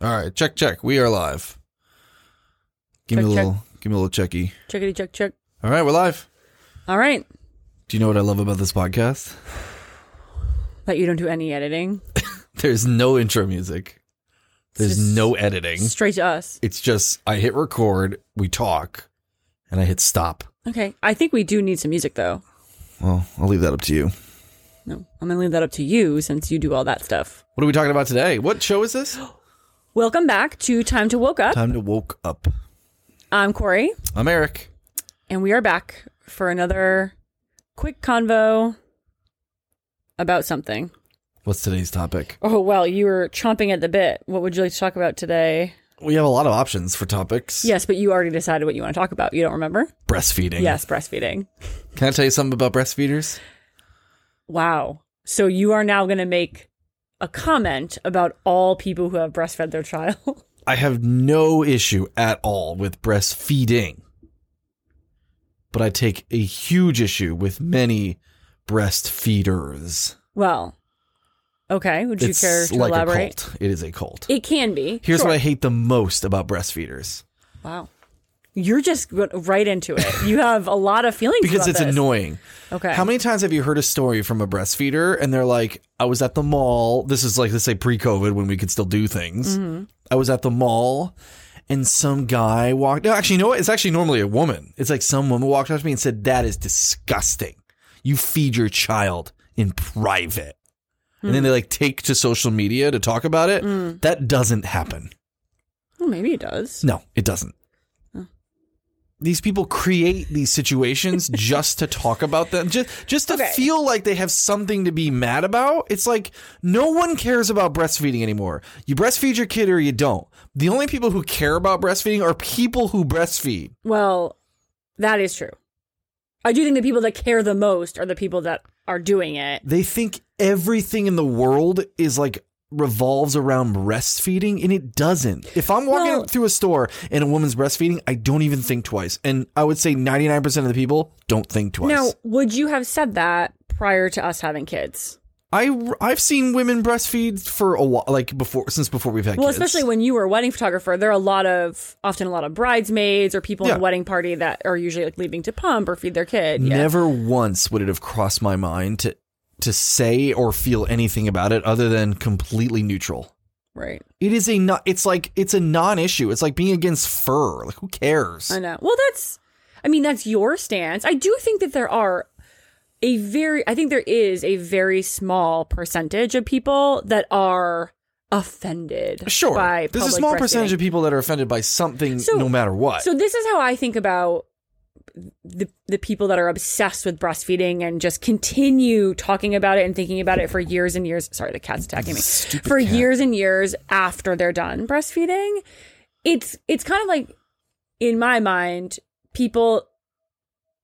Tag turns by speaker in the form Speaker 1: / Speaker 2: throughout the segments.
Speaker 1: All right, check check. We are live. Give me a
Speaker 2: Check, check.
Speaker 1: little, give me a little checky.
Speaker 2: Checkity check check.
Speaker 1: All right, we're live.
Speaker 2: All right.
Speaker 1: Do you know what I love about this podcast?
Speaker 2: That you don't do any editing.
Speaker 1: There's no intro music. There's
Speaker 2: just-
Speaker 1: no editing.
Speaker 2: Straight to us.
Speaker 1: It's just I hit record, we talk, and I hit stop.
Speaker 2: Okay. I think we do need some music though.
Speaker 1: Well, I'll leave that up to you.
Speaker 2: No. I'm gonna leave that up to you since you do all that stuff.
Speaker 1: What are we talking about today? What show is this?
Speaker 2: Welcome back to Time to Woke Up.
Speaker 1: Time to woke up.
Speaker 2: I'm Corey,
Speaker 1: I'm Eric.
Speaker 2: and we are back for another quick convo about something.
Speaker 1: What's today's topic?
Speaker 2: Oh well, you were chomping at the bit. What would you like to talk about today?
Speaker 1: We have a lot of options for topics.
Speaker 2: Yes, but you already decided what you want to talk about. You don't remember?
Speaker 1: Mm-hmm. Breastfeeding.
Speaker 2: Yes, breastfeeding.
Speaker 1: Can I tell you something about breastfeeders?
Speaker 2: Wow. So you are now going to make a comment about all people who have breastfed their child.
Speaker 1: I have no issue at all with breastfeeding, but I take a huge issue with many breastfeeders.
Speaker 2: well, okay. Would you
Speaker 1: it's
Speaker 2: care to
Speaker 1: like a
Speaker 2: elaborate?
Speaker 1: cult. It is a cult.
Speaker 2: It can be.
Speaker 1: Here's
Speaker 2: Sure.
Speaker 1: what I hate the most about breastfeeders
Speaker 2: Wow. You're just go- right into it. You have a lot of feelings
Speaker 1: because
Speaker 2: about
Speaker 1: it's
Speaker 2: this.
Speaker 1: annoying.
Speaker 2: Okay.
Speaker 1: How many times have you heard a story from a breastfeeder and they're like, I was at the mall. This is like, let's say pre COVID when we could still do things. I was at the mall and some guy walked. No, actually, you know what? It's actually normally a woman. It's like some woman walked up to me and said, That is disgusting. You feed your child in private. And then they like take to social media to talk about it. That doesn't happen.
Speaker 2: Well, maybe it does.
Speaker 1: No, it doesn't. These people create these situations just to talk about them, just just to
Speaker 2: Okay.
Speaker 1: feel like they have something to be mad about. It's like no one cares about breastfeeding anymore. You breastfeed your kid or you don't. The only people who care about breastfeeding are people who breastfeed.
Speaker 2: Well, that is true. I do think the people that care the most are the people that are doing it.
Speaker 1: They think everything in the world is like revolves around breastfeeding and it doesn't. If I'm walking
Speaker 2: Well-
Speaker 1: through a store and a woman's breastfeeding, I don't even think twice. And I would say 99% of the people don't think twice.
Speaker 2: Now, would you have said that prior to us having kids?
Speaker 1: I I've seen women breastfeed for a while, like before since before we've had
Speaker 2: Well,
Speaker 1: kids.
Speaker 2: especially when you were a wedding photographer, there are a lot of often a lot of bridesmaids or people
Speaker 1: Yeah.
Speaker 2: in the wedding party that are usually like leaving to pump or feed their kid. Yeah.
Speaker 1: never once would it have crossed my mind to to say or feel anything about it other than completely neutral.
Speaker 2: Right.
Speaker 1: It is a not. It's like it's a non-issue. It's like being against fur. Like who cares?
Speaker 2: I know. Well, that's I mean, that's your stance. I do think that there are a very I think there is a very small percentage of people that are offended.
Speaker 1: sure,
Speaker 2: By
Speaker 1: there's a
Speaker 2: public
Speaker 1: small percentage
Speaker 2: breastfeeding.
Speaker 1: of people that are offended by something,
Speaker 2: So-
Speaker 1: no matter what.
Speaker 2: So this is how I think about the the people that are obsessed with breastfeeding and just continue talking about it and thinking about it for years and years. Sorry, the cat's attacking me. for years and years after they're done breastfeeding. It's it's kind of like in my mind, people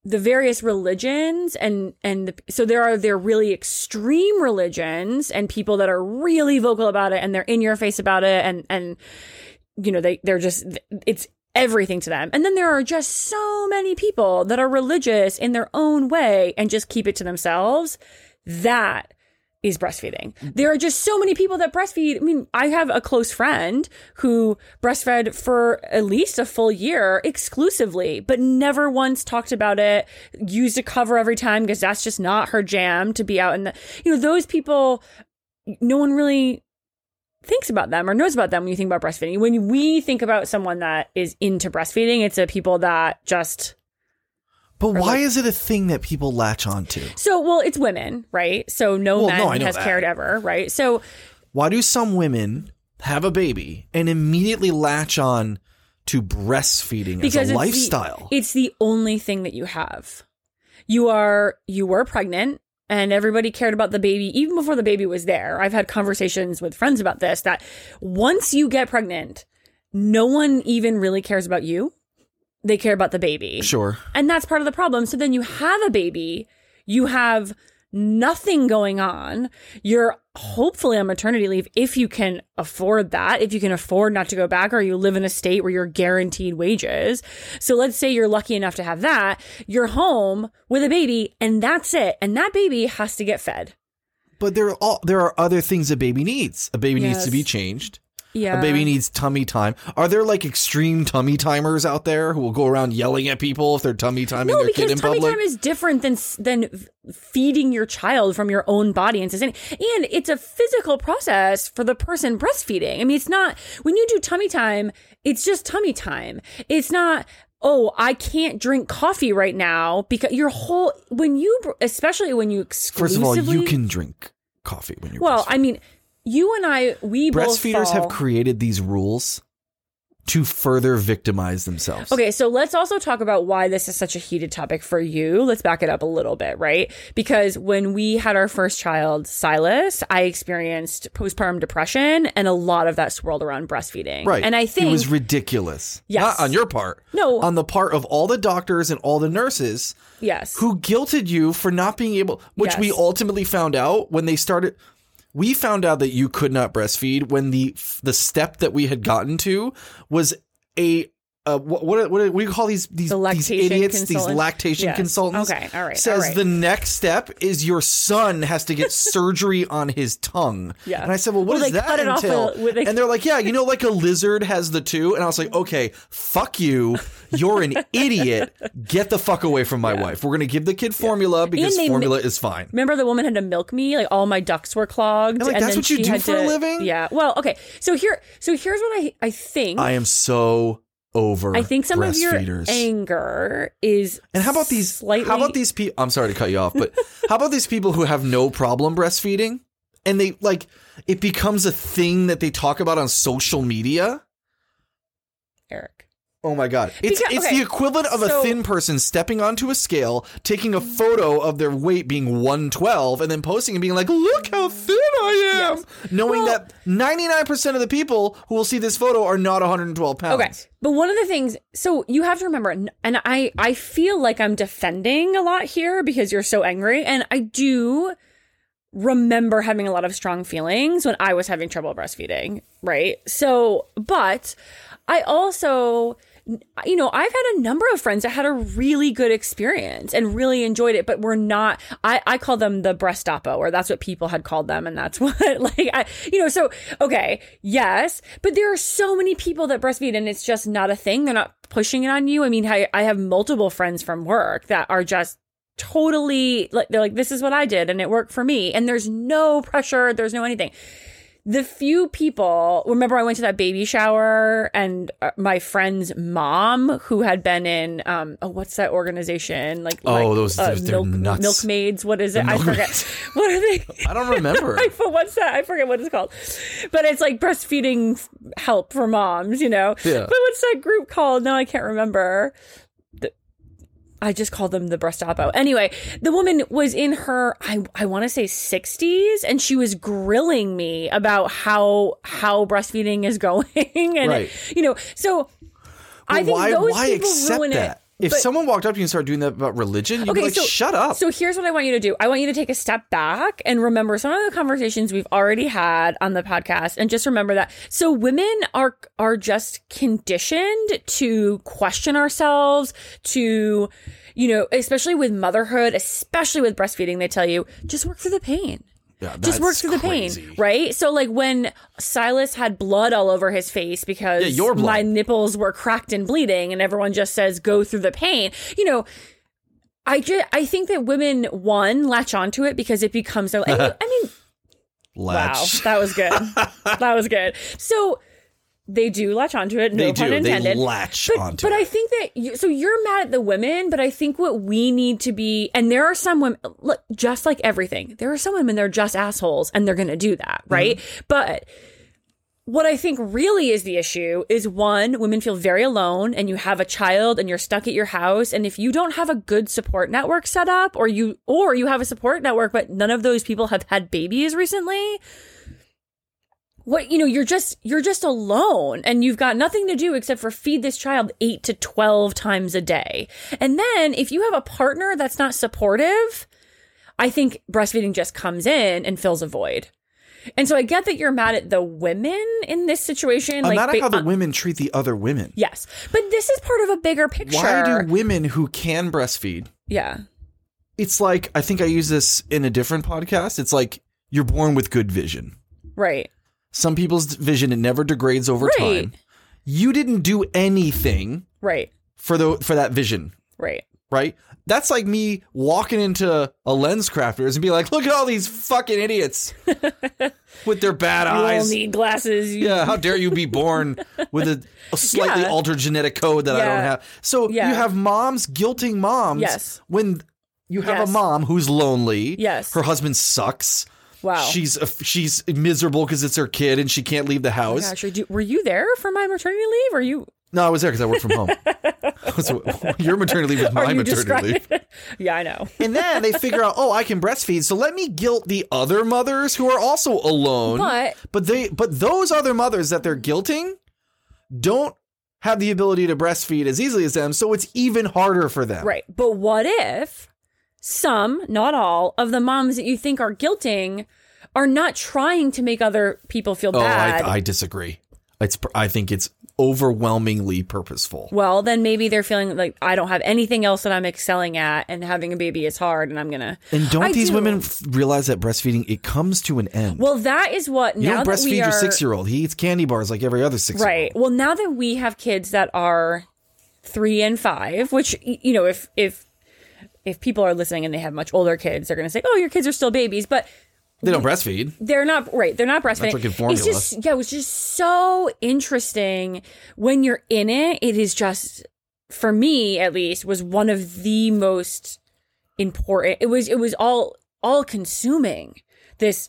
Speaker 2: the various religions and and the, so there are there really extreme religions and people that are really vocal about it and they're in your face about it and and you know they they're just it's everything to them and then there are just so many people that are religious in their own way and just keep it to themselves that is breastfeeding.
Speaker 1: Mm-hmm.
Speaker 2: There are just so many people that breastfeed. I mean, I have a close friend who breastfed for at least a full year exclusively, but never once talked about it, used a cover every time because that's just not her jam to be out in the, you know, those people, no one really thinks about them or knows about them when you think about breastfeeding. When we think about someone that is into breastfeeding, it's a people that just
Speaker 1: but why is it a thing that people latch onto?
Speaker 2: so well, it's women, right? So no
Speaker 1: Well,
Speaker 2: man
Speaker 1: no, I know
Speaker 2: has
Speaker 1: that.
Speaker 2: cared ever, right? So
Speaker 1: Why do some women have a baby and immediately latch on to breastfeeding as a
Speaker 2: it's the-
Speaker 1: lifestyle?
Speaker 2: it's the only thing that you have. You are you were pregnant and everybody cared about the baby even before the baby was there. I've had conversations with friends about this that once you get pregnant, no one even really cares about you. They care about the baby.
Speaker 1: sure.
Speaker 2: And that's part of the problem. So then you have a baby, you have nothing going on. You're hopefully on maternity leave if you can afford that, if you can afford not to go back, or you live in a state where you're guaranteed wages. So let's say you're lucky enough to have that. You're home with a baby, and that's it. And that baby has to get fed.
Speaker 1: But there are all, there are other things a baby needs. A baby needs
Speaker 2: Yes.
Speaker 1: to be changed.
Speaker 2: Yeah.
Speaker 1: A baby needs tummy time. Are there like extreme tummy timers out there who will go around yelling at people if they're tummy timing
Speaker 2: No,
Speaker 1: their kid
Speaker 2: because
Speaker 1: in
Speaker 2: tummy
Speaker 1: public?
Speaker 2: time is different than s- than f- feeding your child from your own body and sustaining. And it's a physical process for the person breastfeeding. I mean, it's not when you do tummy time. It's just tummy time. It's not. Oh, I can't drink coffee right now because your whole when you br- especially when you
Speaker 1: First
Speaker 2: exclusively
Speaker 1: of all, you can drink coffee when you're
Speaker 2: well,
Speaker 1: breastfeeding.
Speaker 2: I mean, you and I we both
Speaker 1: breastfeeders have
Speaker 2: fall-
Speaker 1: created these rules to further victimize themselves.
Speaker 2: Okay, so let's also talk about why this is such a heated topic for you. Let's back it up a little bit, right? Because when we had our first child, Silas, I experienced postpartum depression and a lot of that swirled around breastfeeding.
Speaker 1: Right.
Speaker 2: And I think
Speaker 1: it was ridiculous.
Speaker 2: Yes.
Speaker 1: Not on your part.
Speaker 2: No.
Speaker 1: On the part of all the doctors and all the nurses
Speaker 2: yes.
Speaker 1: who guilted you for not being able which we
Speaker 2: Yes.
Speaker 1: ultimately found out when they started we found out that you could not breastfeed when the the step that we had gotten to was a uh, what what are- what, are- what do you call these these,
Speaker 2: The
Speaker 1: these
Speaker 2: lactation
Speaker 1: idiots these
Speaker 2: consultant?
Speaker 1: lactation
Speaker 2: Yes.
Speaker 1: consultants
Speaker 2: Okay, all right, all
Speaker 1: says
Speaker 2: right.
Speaker 1: the next step is your son has to get surgery on his tongue
Speaker 2: Yeah.
Speaker 1: and I said well what
Speaker 2: Well,
Speaker 1: does
Speaker 2: they
Speaker 1: that
Speaker 2: cut it off with
Speaker 1: entail
Speaker 2: a- with a-
Speaker 1: and they're like yeah you know like a lizard has the two and I was like okay fuck you you're an idiot get the fuck away from my wife we're gonna give the kid formula because
Speaker 2: And they
Speaker 1: formula is fine.
Speaker 2: Remember the woman had to milk me? Like all my ducts were clogged.
Speaker 1: like, that's
Speaker 2: then
Speaker 1: what you
Speaker 2: she
Speaker 1: do
Speaker 2: had
Speaker 1: for a
Speaker 2: to-
Speaker 1: living?
Speaker 2: Yeah. Well, okay. So here so here's what I I think.
Speaker 1: I am so over.
Speaker 2: I think some of your
Speaker 1: breastfeeders.
Speaker 2: anger is
Speaker 1: and how about these?
Speaker 2: slightly
Speaker 1: How about these people? I'm sorry to cut you off, but how about these people who have no problem breastfeeding, and they like it becomes a thing that they talk about on social media.
Speaker 2: Eric.
Speaker 1: Oh my god! It's
Speaker 2: Because-
Speaker 1: it's
Speaker 2: okay,
Speaker 1: the equivalent of a
Speaker 2: so-
Speaker 1: thin person stepping onto a scale, taking a photo of their weight being one twelve, and then posting and being like, "Look how thin I am," knowing
Speaker 2: Well-
Speaker 1: that ninety nine percent of the people who will see this photo are not one hundred and twelve pounds.
Speaker 2: Okay, but one of the things, so you have to remember, and and I, I feel like I'm defending a lot here because you're so angry, and I do remember having a lot of strong feelings when I was having trouble breastfeeding, right? So, but I also, you know, I've had a number of friends that had a really good experience and really enjoyed it, but were not, I, I call them the breastopo, or that's what people had called them. And that's what, like, I, you know, so, okay, yes, but there are so many people that breastfeed and it's just not a thing. They're not pushing it on you. I mean, I, I have multiple friends from work that are just, totally like they're like this is what I did and it worked for me and there's no pressure there's no anything the few people remember i went to that baby shower and uh, my friend's mom who had been in um oh what's that organization like
Speaker 1: Oh,
Speaker 2: like,
Speaker 1: those- those- they're
Speaker 2: milk,
Speaker 1: nuts.
Speaker 2: milkmaids what is it i
Speaker 1: milkmaids.
Speaker 2: forget what are they
Speaker 1: I don't remember.
Speaker 2: I for what's that? I forget what it's called, but it's like breastfeeding f- help for moms, you know.
Speaker 1: Yeah.
Speaker 2: But what's that group called? No, I can't remember. The- I just called them the breastopo. Anyway, the woman was in her I I want to say 60s, and she was grilling me about how how breastfeeding is going, and
Speaker 1: Right.
Speaker 2: you know, so I think those people ruin
Speaker 1: that?
Speaker 2: it.
Speaker 1: If
Speaker 2: but-
Speaker 1: someone walked up to you and started doing that about religion, you'd be like, shut up.
Speaker 2: so here's what I want you to do. I want you to take a step back and remember some of the conversations we've already had on the podcast and just remember that. So women are are just conditioned to question ourselves, to you know, especially with motherhood, especially with breastfeeding, they tell you, just work through the pain.
Speaker 1: Yeah,
Speaker 2: Just work
Speaker 1: that's
Speaker 2: through the
Speaker 1: crazy.
Speaker 2: pain, right? So, like when Silas had blood all over his face because
Speaker 1: Yeah, your blood.
Speaker 2: my nipples were cracked and bleeding, and everyone just says, go through the pain. You know, I just, I think that women one latch onto it because it becomes so. I mean, I mean, wow,
Speaker 1: Latch.
Speaker 2: that was good. that was good. So they do latch onto it. No
Speaker 1: They
Speaker 2: pun
Speaker 1: do. They
Speaker 2: intended.
Speaker 1: latch
Speaker 2: but,
Speaker 1: onto
Speaker 2: But
Speaker 1: it.
Speaker 2: I think that you, so you're mad at the women, but I think what we need to be, and there are some women, look, just like everything, there are some women they're just assholes and they're going to do
Speaker 1: Mm-hmm.
Speaker 2: that, right? But what I think really is the issue is one, women feel very alone and you have a child and you're stuck at your house. And if you don't have a good support network set up or you, or you have a support network, but none of those people have had babies recently, what, you know, you're just, you're just alone and you've got nothing to do except for feed this child eight to 12 times a day. And then if you have a partner that's not supportive, I think breastfeeding just comes in and fills a void. And so I get that you're mad at the women in this situation.
Speaker 1: I'm
Speaker 2: like,
Speaker 1: mad at
Speaker 2: ba-
Speaker 1: how the
Speaker 2: uh,
Speaker 1: women treat the other women.
Speaker 2: yes, but this is part of a bigger picture.
Speaker 1: Why do women who can breastfeed?
Speaker 2: yeah,
Speaker 1: It's like I think I use this in a different podcast. It's like you're born with good vision.
Speaker 2: right.
Speaker 1: Some people's vision it never degrades over
Speaker 2: Right.
Speaker 1: time. You didn't do anything
Speaker 2: Right.
Speaker 1: for the for that vision,
Speaker 2: Right.
Speaker 1: right? That's like me walking into a lens crafters and be like, "Look at all these fucking idiots with their bad
Speaker 2: You all
Speaker 1: eyes."
Speaker 2: need glasses. You-
Speaker 1: yeah, how dare you be born with a, a slightly
Speaker 2: Yeah.
Speaker 1: altered genetic code that I
Speaker 2: Yeah.
Speaker 1: don't have? So
Speaker 2: Yeah.
Speaker 1: you have moms guilting moms
Speaker 2: Yes.
Speaker 1: when you have
Speaker 2: Yes.
Speaker 1: a mom who's lonely.
Speaker 2: Yes.
Speaker 1: her husband sucks.
Speaker 2: Wow.
Speaker 1: She's a, she's miserable because it's her kid and she can't leave the house.
Speaker 2: Oh Gosh, do, were you there for my maternity leave? Or you?
Speaker 1: no, I was there because I work from home. so your maternity leave is
Speaker 2: Are
Speaker 1: my
Speaker 2: you
Speaker 1: maternity leave.
Speaker 2: describing- yeah, I know.
Speaker 1: And then they figure out, oh, I can breastfeed, so let me guilt the other mothers who are also alone.
Speaker 2: But-
Speaker 1: but they but those other mothers that they're guilting don't have the ability to breastfeed as easily as them, so it's even harder for them.
Speaker 2: Right. But what if some, not all, of the moms that you think are guilting are not trying to make other people feel
Speaker 1: Oh,
Speaker 2: bad?
Speaker 1: I, I disagree. It's pr- I think it's overwhelmingly purposeful.
Speaker 2: well, then maybe they're feeling like I don't have anything else that I'm excelling at, and having a baby is hard, and I'm gonna.
Speaker 1: And don't
Speaker 2: I
Speaker 1: these
Speaker 2: do.
Speaker 1: women f- realize that breastfeeding it comes to an end?
Speaker 2: Well, that is what
Speaker 1: you
Speaker 2: now
Speaker 1: don't
Speaker 2: that
Speaker 1: breastfeed
Speaker 2: we are
Speaker 1: your six year old. He eats candy bars like every other six year old.
Speaker 2: right. Well, now that we have kids that are three and five, which y- you know, if if if people are listening and they have much older kids, they're gonna say, "Oh, your kids are still babies," but
Speaker 1: They don't breastfeed.
Speaker 2: they're not right. They're not breastfeeding.
Speaker 1: drinking
Speaker 2: It's
Speaker 1: formula.
Speaker 2: just yeah, it was just so interesting when you're in it. It is just for me at least was one of the most important. It was it was all all consuming. This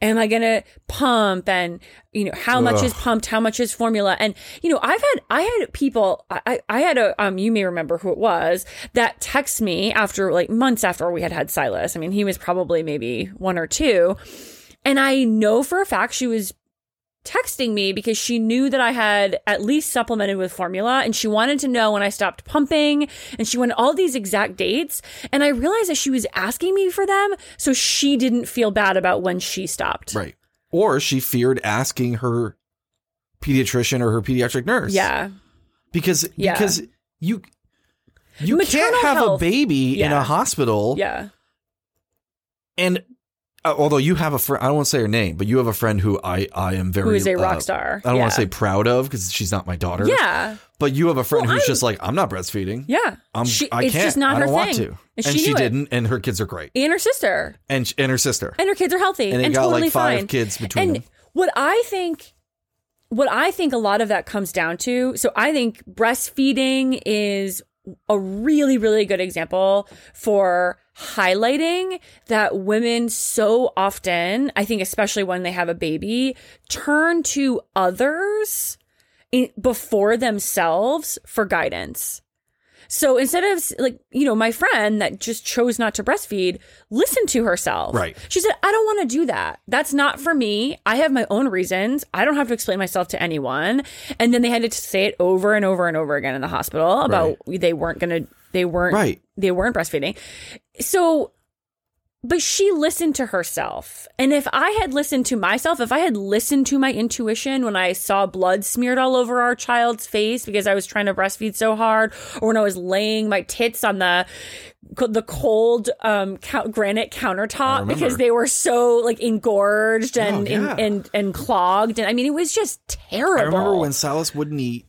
Speaker 2: am I going to pump and you know how much is pumped, how much is formula and you know I've had I had people I I- I had a um you may remember who it was that text me after like months after we had had Silas. I mean, he was probably maybe one or two. And I know for a fact she was texting me because she knew that I had at least supplemented with formula and she wanted to know when I stopped pumping and she wanted all these exact dates. And I realized that she was asking me for them so she didn't feel bad about when she stopped.
Speaker 1: Right. Or she feared asking her pediatrician or her pediatric nurse.
Speaker 2: Yeah.
Speaker 1: Because
Speaker 2: Yeah.
Speaker 1: because you you
Speaker 2: Maternal
Speaker 1: can't have
Speaker 2: health-
Speaker 1: a baby in a
Speaker 2: Yeah.
Speaker 1: hospital.
Speaker 2: Yeah.
Speaker 1: And uh, although you have a friend, I don't want to say her name, but you have a friend who I I am very
Speaker 2: Who is a
Speaker 1: uh,
Speaker 2: rock star.
Speaker 1: I don't
Speaker 2: yeah.
Speaker 1: want to say proud of because she's not my daughter.
Speaker 2: Yeah.
Speaker 1: But you have a friend
Speaker 2: Well,
Speaker 1: who's
Speaker 2: I'm-
Speaker 1: just like I'm not breastfeeding.
Speaker 2: Yeah.
Speaker 1: I'm
Speaker 2: She-
Speaker 1: I
Speaker 2: it's
Speaker 1: can't.
Speaker 2: just not
Speaker 1: I
Speaker 2: her
Speaker 1: don't want
Speaker 2: thing.
Speaker 1: to. and
Speaker 2: And she
Speaker 1: she
Speaker 2: knew it.
Speaker 1: didn't and her kids are great.
Speaker 2: And her sister.
Speaker 1: And sh- and her sister.
Speaker 2: And her kids are healthy.
Speaker 1: And they got
Speaker 2: totally
Speaker 1: like five
Speaker 2: fine.
Speaker 1: kids between
Speaker 2: and
Speaker 1: them.
Speaker 2: what I think what I think a lot of that comes down to, so I think breastfeeding is a really, really good example for highlighting that women so often, I think especially when they have a baby, turn to others in, before themselves for guidance. So instead of like, you know, my friend that just chose not to breastfeed, listened to herself.
Speaker 1: Right.
Speaker 2: She said, I don't want to do that. That's not for me. I have my own reasons. I don't have to explain myself to anyone. And then they had to say it over and over and over again in the hospital about they weren't going to, they weren't,
Speaker 1: Right.
Speaker 2: they weren't breastfeeding. So but she listened to herself. And if I had listened to myself, if I had listened to my intuition when I saw blood smeared all over our child's face because I was trying to breastfeed so hard, or when I was laying my tits on the the cold um, cou- granite countertop
Speaker 1: remember.
Speaker 2: because they were so like engorged and,
Speaker 1: Oh, yeah.
Speaker 2: and and and clogged, and I mean it was just terrible.
Speaker 1: I remember when Silas wouldn't eat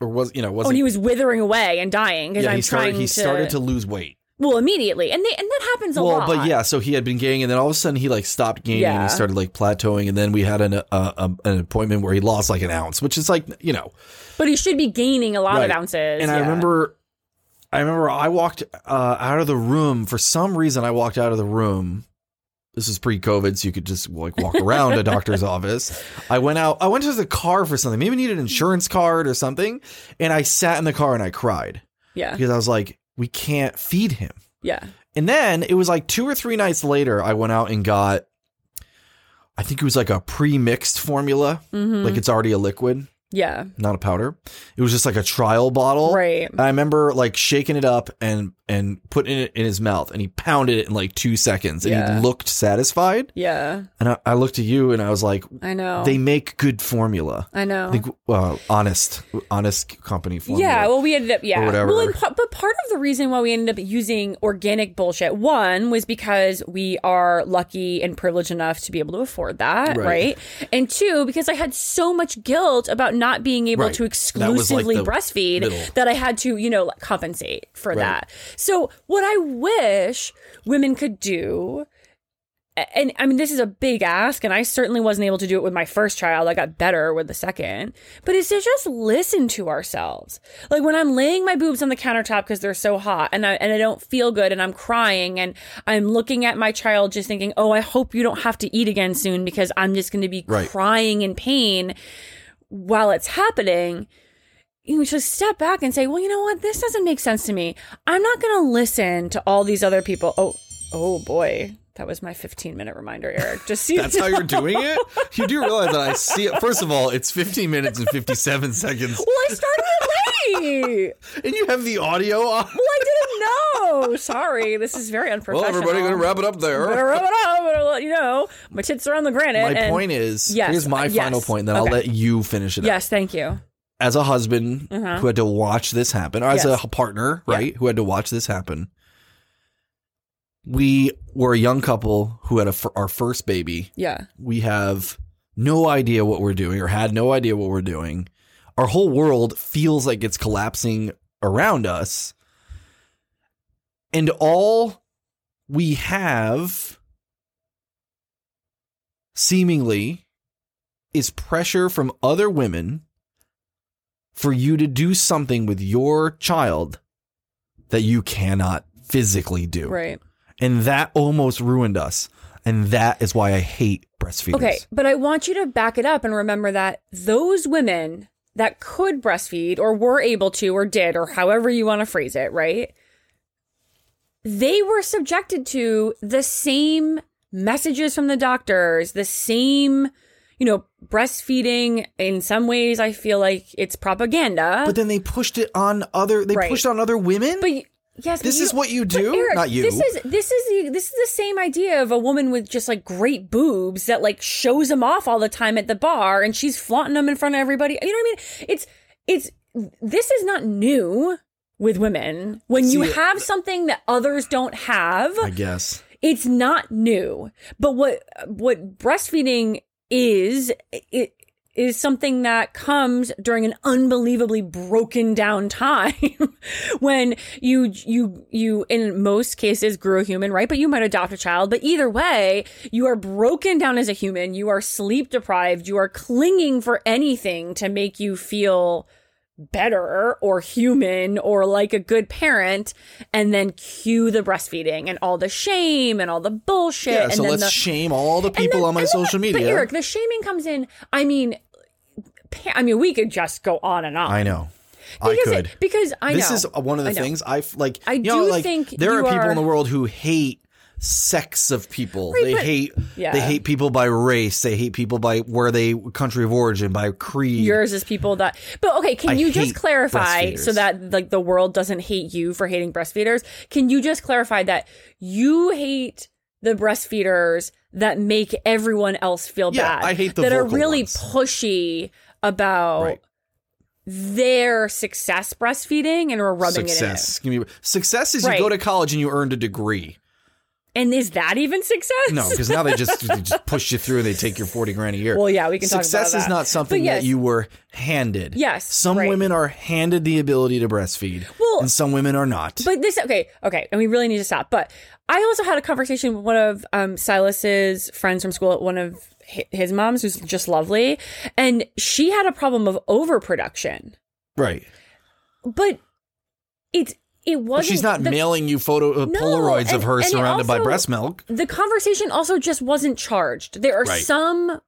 Speaker 1: or was you know wasn't
Speaker 2: when he was withering away and dying because
Speaker 1: yeah,
Speaker 2: I'm
Speaker 1: he started
Speaker 2: trying
Speaker 1: he
Speaker 2: to,
Speaker 1: started to lose weight.
Speaker 2: well immediately, and they and that happens a lot.
Speaker 1: but yeah, so he had been gaining, and then all of a sudden he like stopped gaining, and
Speaker 2: Yeah.
Speaker 1: he started like plateauing, and then we had an uh, uh, an appointment where he lost like an ounce, which is like you know,
Speaker 2: but he should be gaining a lot
Speaker 1: right.
Speaker 2: of ounces.
Speaker 1: And I
Speaker 2: yeah.
Speaker 1: remember, I remember I walked uh, out of the room for some reason. I walked out of the room. This is pre-COVID, so you could just like walk around a doctor's office. I went out. I went to the car for something. Maybe needed an insurance card or something. And I sat in the car and I cried
Speaker 2: yeah,
Speaker 1: because I was like, we can't feed him.
Speaker 2: yeah.
Speaker 1: And then it was like two or three nights later, I went out and got, I think it was like a pre mixed formula.
Speaker 2: Mm-hmm.
Speaker 1: Like it's already a liquid,
Speaker 2: yeah,
Speaker 1: not a powder. It was just like a trial bottle.
Speaker 2: right.
Speaker 1: And I remember like shaking it up and and put it in his mouth and he pounded it in like two seconds and
Speaker 2: Yeah.
Speaker 1: he looked satisfied.
Speaker 2: Yeah,
Speaker 1: And I, I looked at you and I was like,
Speaker 2: I know.
Speaker 1: they make good formula.
Speaker 2: Oh. I know.
Speaker 1: I think uh, honest, honest company formula.
Speaker 2: Yeah, well, we ended up yeah.
Speaker 1: Or whatever.
Speaker 2: Well, and pa- but part of the reason why we ended up using organic bullshit one was because we are lucky and privileged enough to be able to afford that, right?
Speaker 1: Right.
Speaker 2: And two, because I had so much guilt about not being able
Speaker 1: Right.
Speaker 2: to
Speaker 1: That was, like,
Speaker 2: exclusively
Speaker 1: the
Speaker 2: breastfeed
Speaker 1: middle.
Speaker 2: that I had to, you know, like, compensate for that. So what I wish women could do and I mean, this is a big ask, and I certainly wasn't able to do it with my first child. I got better with the second, but it's to just listen to ourselves. Like when I'm laying my boobs on the countertop because they're so hot, and I and I don't feel good, and I'm crying, and I'm looking at my child, just thinking, "Oh, I hope you don't have to eat again soon because I'm just going to be
Speaker 1: Right.
Speaker 2: crying in pain while it's happening." You just step back and say, "Well, you know what? This doesn't make sense to me. I'm not going to listen to all these other people." Oh, oh boy. That was my 15 minute reminder, Eric. Just see
Speaker 1: That's how you're doing it. You do realize that I see it. First of all, it's 15 minutes and 57 seconds,
Speaker 2: Well, I started it late.
Speaker 1: and you have the audio on.
Speaker 2: Well, I didn't know. Sorry, this is very
Speaker 1: Well,
Speaker 2: unprofessional.
Speaker 1: everybody, gonna wrap it up
Speaker 2: Gonna
Speaker 1: there.
Speaker 2: wrap it up. Gonna let You know, my tits are on the granite.
Speaker 1: My
Speaker 2: and-
Speaker 1: point is,
Speaker 2: Yes,
Speaker 1: here's my
Speaker 2: uh, yes.
Speaker 1: final point, and then
Speaker 2: Okay.
Speaker 1: I'll let you finish it. up.
Speaker 2: Yes, thank you.
Speaker 1: As a husband
Speaker 2: Uh-huh.
Speaker 1: who had to watch this happen, or as
Speaker 2: Yes.
Speaker 1: a partner, right, who had to watch this happen, we were a young couple who had a, fir- our first baby.
Speaker 2: Yeah.
Speaker 1: we have no idea what we're doing or had no idea what we're doing. Our whole world feels like it's collapsing around us. And all we have seemingly is pressure from other women for you to do something with your child that you cannot physically do.
Speaker 2: Right.
Speaker 1: And that almost ruined us. And that is why I hate breastfeeders.
Speaker 2: Okay, but I want you to back it up and remember that those women that could breastfeed or were able to or did or however you want to phrase it, right? They were subjected to the same messages from the doctors, the same, you know, breastfeeding. In some ways, I feel like it's propaganda.
Speaker 1: But then they pushed it on other. They
Speaker 2: Right.
Speaker 1: pushed on other women.
Speaker 2: But y- yes, but
Speaker 1: This
Speaker 2: you-
Speaker 1: is what you
Speaker 2: but
Speaker 1: do?
Speaker 2: Eric,
Speaker 1: Not you.
Speaker 2: This is this is the, this is the same idea of a woman with just like great boobs that like shows them off all the time at the bar, and she's flaunting them in front of everybody. You know what I mean? It's it's this is not new with women. When you
Speaker 1: See,
Speaker 2: have something that others don't have,
Speaker 1: I guess.
Speaker 2: it's not new but what what breastfeeding is it is something that comes during an unbelievably broken down time when you you you in most cases grew a human right but you might adopt a child but either way you are broken down as a human you are sleep deprived you are clinging for anything to make you feel better or human or like a good parent and then cue the breastfeeding and all the shame and all the bullshit
Speaker 1: Yeah.
Speaker 2: and
Speaker 1: So
Speaker 2: then
Speaker 1: let's
Speaker 2: the
Speaker 1: shame all the people
Speaker 2: and
Speaker 1: on my
Speaker 2: then-
Speaker 1: social media.
Speaker 2: But Eric, the shaming comes in. I mean, pa- I mean, we could just go on and on.
Speaker 1: I know. I
Speaker 2: because
Speaker 1: could.
Speaker 2: It, because I
Speaker 1: this
Speaker 2: know
Speaker 1: is one of the
Speaker 2: I know.
Speaker 1: things I f- like.
Speaker 2: I
Speaker 1: you know,
Speaker 2: do
Speaker 1: like,
Speaker 2: think
Speaker 1: there are
Speaker 2: you
Speaker 1: people
Speaker 2: are-
Speaker 1: in the world who hate sects of people.
Speaker 2: Right,
Speaker 1: they
Speaker 2: but-
Speaker 1: hate.
Speaker 2: Yeah.
Speaker 1: They hate people by race. They hate people by where they country of origin, by creed.
Speaker 2: Yours is people that, but okay. Can
Speaker 1: I
Speaker 2: you just
Speaker 1: hate
Speaker 2: clarify
Speaker 1: breastfeeders.
Speaker 2: so that like the world doesn't hate you for hating breastfeeders? Can you just clarify that you hate the breastfeeders that make everyone else feel
Speaker 1: Yeah,
Speaker 2: bad?
Speaker 1: I hate the
Speaker 2: that are
Speaker 1: vocal
Speaker 2: really
Speaker 1: ones.
Speaker 2: pushy about
Speaker 1: Right.
Speaker 2: their success breastfeeling and are rubbing
Speaker 1: success. Give me- Success is
Speaker 2: Right.
Speaker 1: you go to college and you earned a degree.
Speaker 2: it in. And is that even success?
Speaker 1: No, because now they just, they just push you through and they take your 40 grand a year.
Speaker 2: Well, yeah, we can talk about
Speaker 1: Success
Speaker 2: that.
Speaker 1: is not something
Speaker 2: But yes.
Speaker 1: that you were handed.
Speaker 2: Yes,
Speaker 1: Some
Speaker 2: right.
Speaker 1: women are handed the ability to breastfeed,
Speaker 2: Well-
Speaker 1: and some women are not.
Speaker 2: But this okay, okay, and we really need to stop. But I also had a conversation with one of um, Silas's friends from school at one of hi- his moms, who's just lovely, and she had a problem of overproduction.
Speaker 1: right.
Speaker 2: But it's it wasn't.
Speaker 1: She's not
Speaker 2: the,
Speaker 1: mailing you photo uh,
Speaker 2: No,
Speaker 1: Polaroids
Speaker 2: and-
Speaker 1: of her
Speaker 2: and it
Speaker 1: surrounded by
Speaker 2: also-
Speaker 1: breast milk.
Speaker 2: the conversation also just wasn't charged. There are
Speaker 1: Right.
Speaker 2: some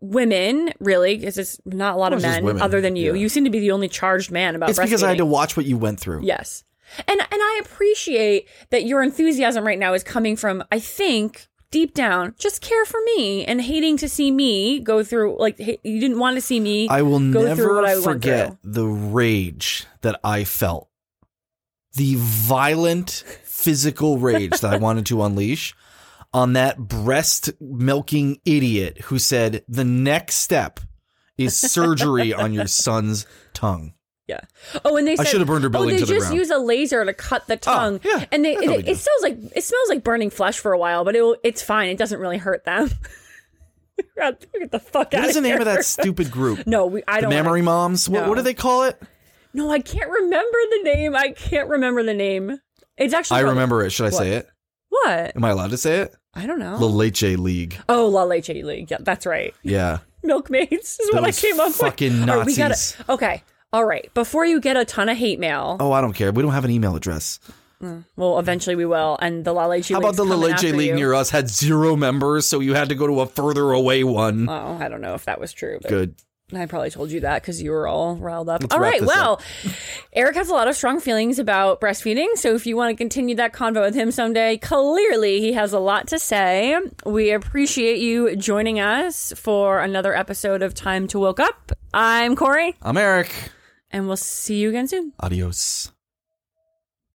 Speaker 2: women, really, because it's not a lot
Speaker 1: Well,
Speaker 2: of
Speaker 1: it's just
Speaker 2: men
Speaker 1: women,
Speaker 2: other than you.
Speaker 1: yeah.
Speaker 2: You seem to be the only charged man about.
Speaker 1: It's because I
Speaker 2: breastfeeding.
Speaker 1: had to watch what you went through.
Speaker 2: Yes. And and I appreciate that your enthusiasm right now is coming from I think deep down just care for me and hating to see me go through like ha- you didn't want to see me
Speaker 1: I will
Speaker 2: go through
Speaker 1: never
Speaker 2: what I went
Speaker 1: forget
Speaker 2: through.
Speaker 1: the rage that I felt the violent physical rage that I wanted to unleash on that breast milking idiot who said the next step is surgery on your son's tongue.
Speaker 2: Yeah. Oh, and they
Speaker 1: I
Speaker 2: said,
Speaker 1: should have burned her
Speaker 2: oh,
Speaker 1: building
Speaker 2: they
Speaker 1: to the
Speaker 2: just
Speaker 1: ground. Oh,
Speaker 2: use a laser to cut the tongue.
Speaker 1: yeah.
Speaker 2: And they
Speaker 1: That's how we
Speaker 2: it,
Speaker 1: do
Speaker 2: it
Speaker 1: it.
Speaker 2: smells like it smells like burning flesh for a while, but it will, it's fine. It doesn't really hurt them. God, Get the fuck out
Speaker 1: What is the
Speaker 2: of
Speaker 1: name of
Speaker 2: here.
Speaker 1: that stupid group?
Speaker 2: No, we, I
Speaker 1: The
Speaker 2: don't. wanna-
Speaker 1: Mammary Moms? What, what do
Speaker 2: No.
Speaker 1: they call it?
Speaker 2: no, I can't remember the name. I can't remember the name. It's actually.
Speaker 1: I
Speaker 2: called-
Speaker 1: remember it. Should I say it?
Speaker 2: What?
Speaker 1: Am I allowed to say it?
Speaker 2: I don't know.
Speaker 1: La Leche League.
Speaker 2: oh, La Leche League. Yeah, that's right.
Speaker 1: Yeah.
Speaker 2: Milkmaids is what I
Speaker 1: Those
Speaker 2: came up with.
Speaker 1: fucking
Speaker 2: All right, we gotta-
Speaker 1: Nazis.
Speaker 2: okay. All right. Before you get a ton of hate mail,
Speaker 1: Oh, I don't care. We don't have an email address.
Speaker 2: well, eventually we will. And the La Leche
Speaker 1: How about the La Leche League near us had zero members, so you had to go to a further away one?
Speaker 2: Oh, I don't know if that was true. But
Speaker 1: Good.
Speaker 2: I probably told you that because you were all riled up. all
Speaker 1: wrap
Speaker 2: right.
Speaker 1: this
Speaker 2: Well, Eric has a lot of strong feelings about breastfeeding. So if you want to continue that convo with him someday, clearly he has a lot to say. We appreciate you joining us for another episode of Time to Woke Up. I'm Corey,
Speaker 1: I'm Eric.
Speaker 2: and we'll see you again soon.
Speaker 1: Adios.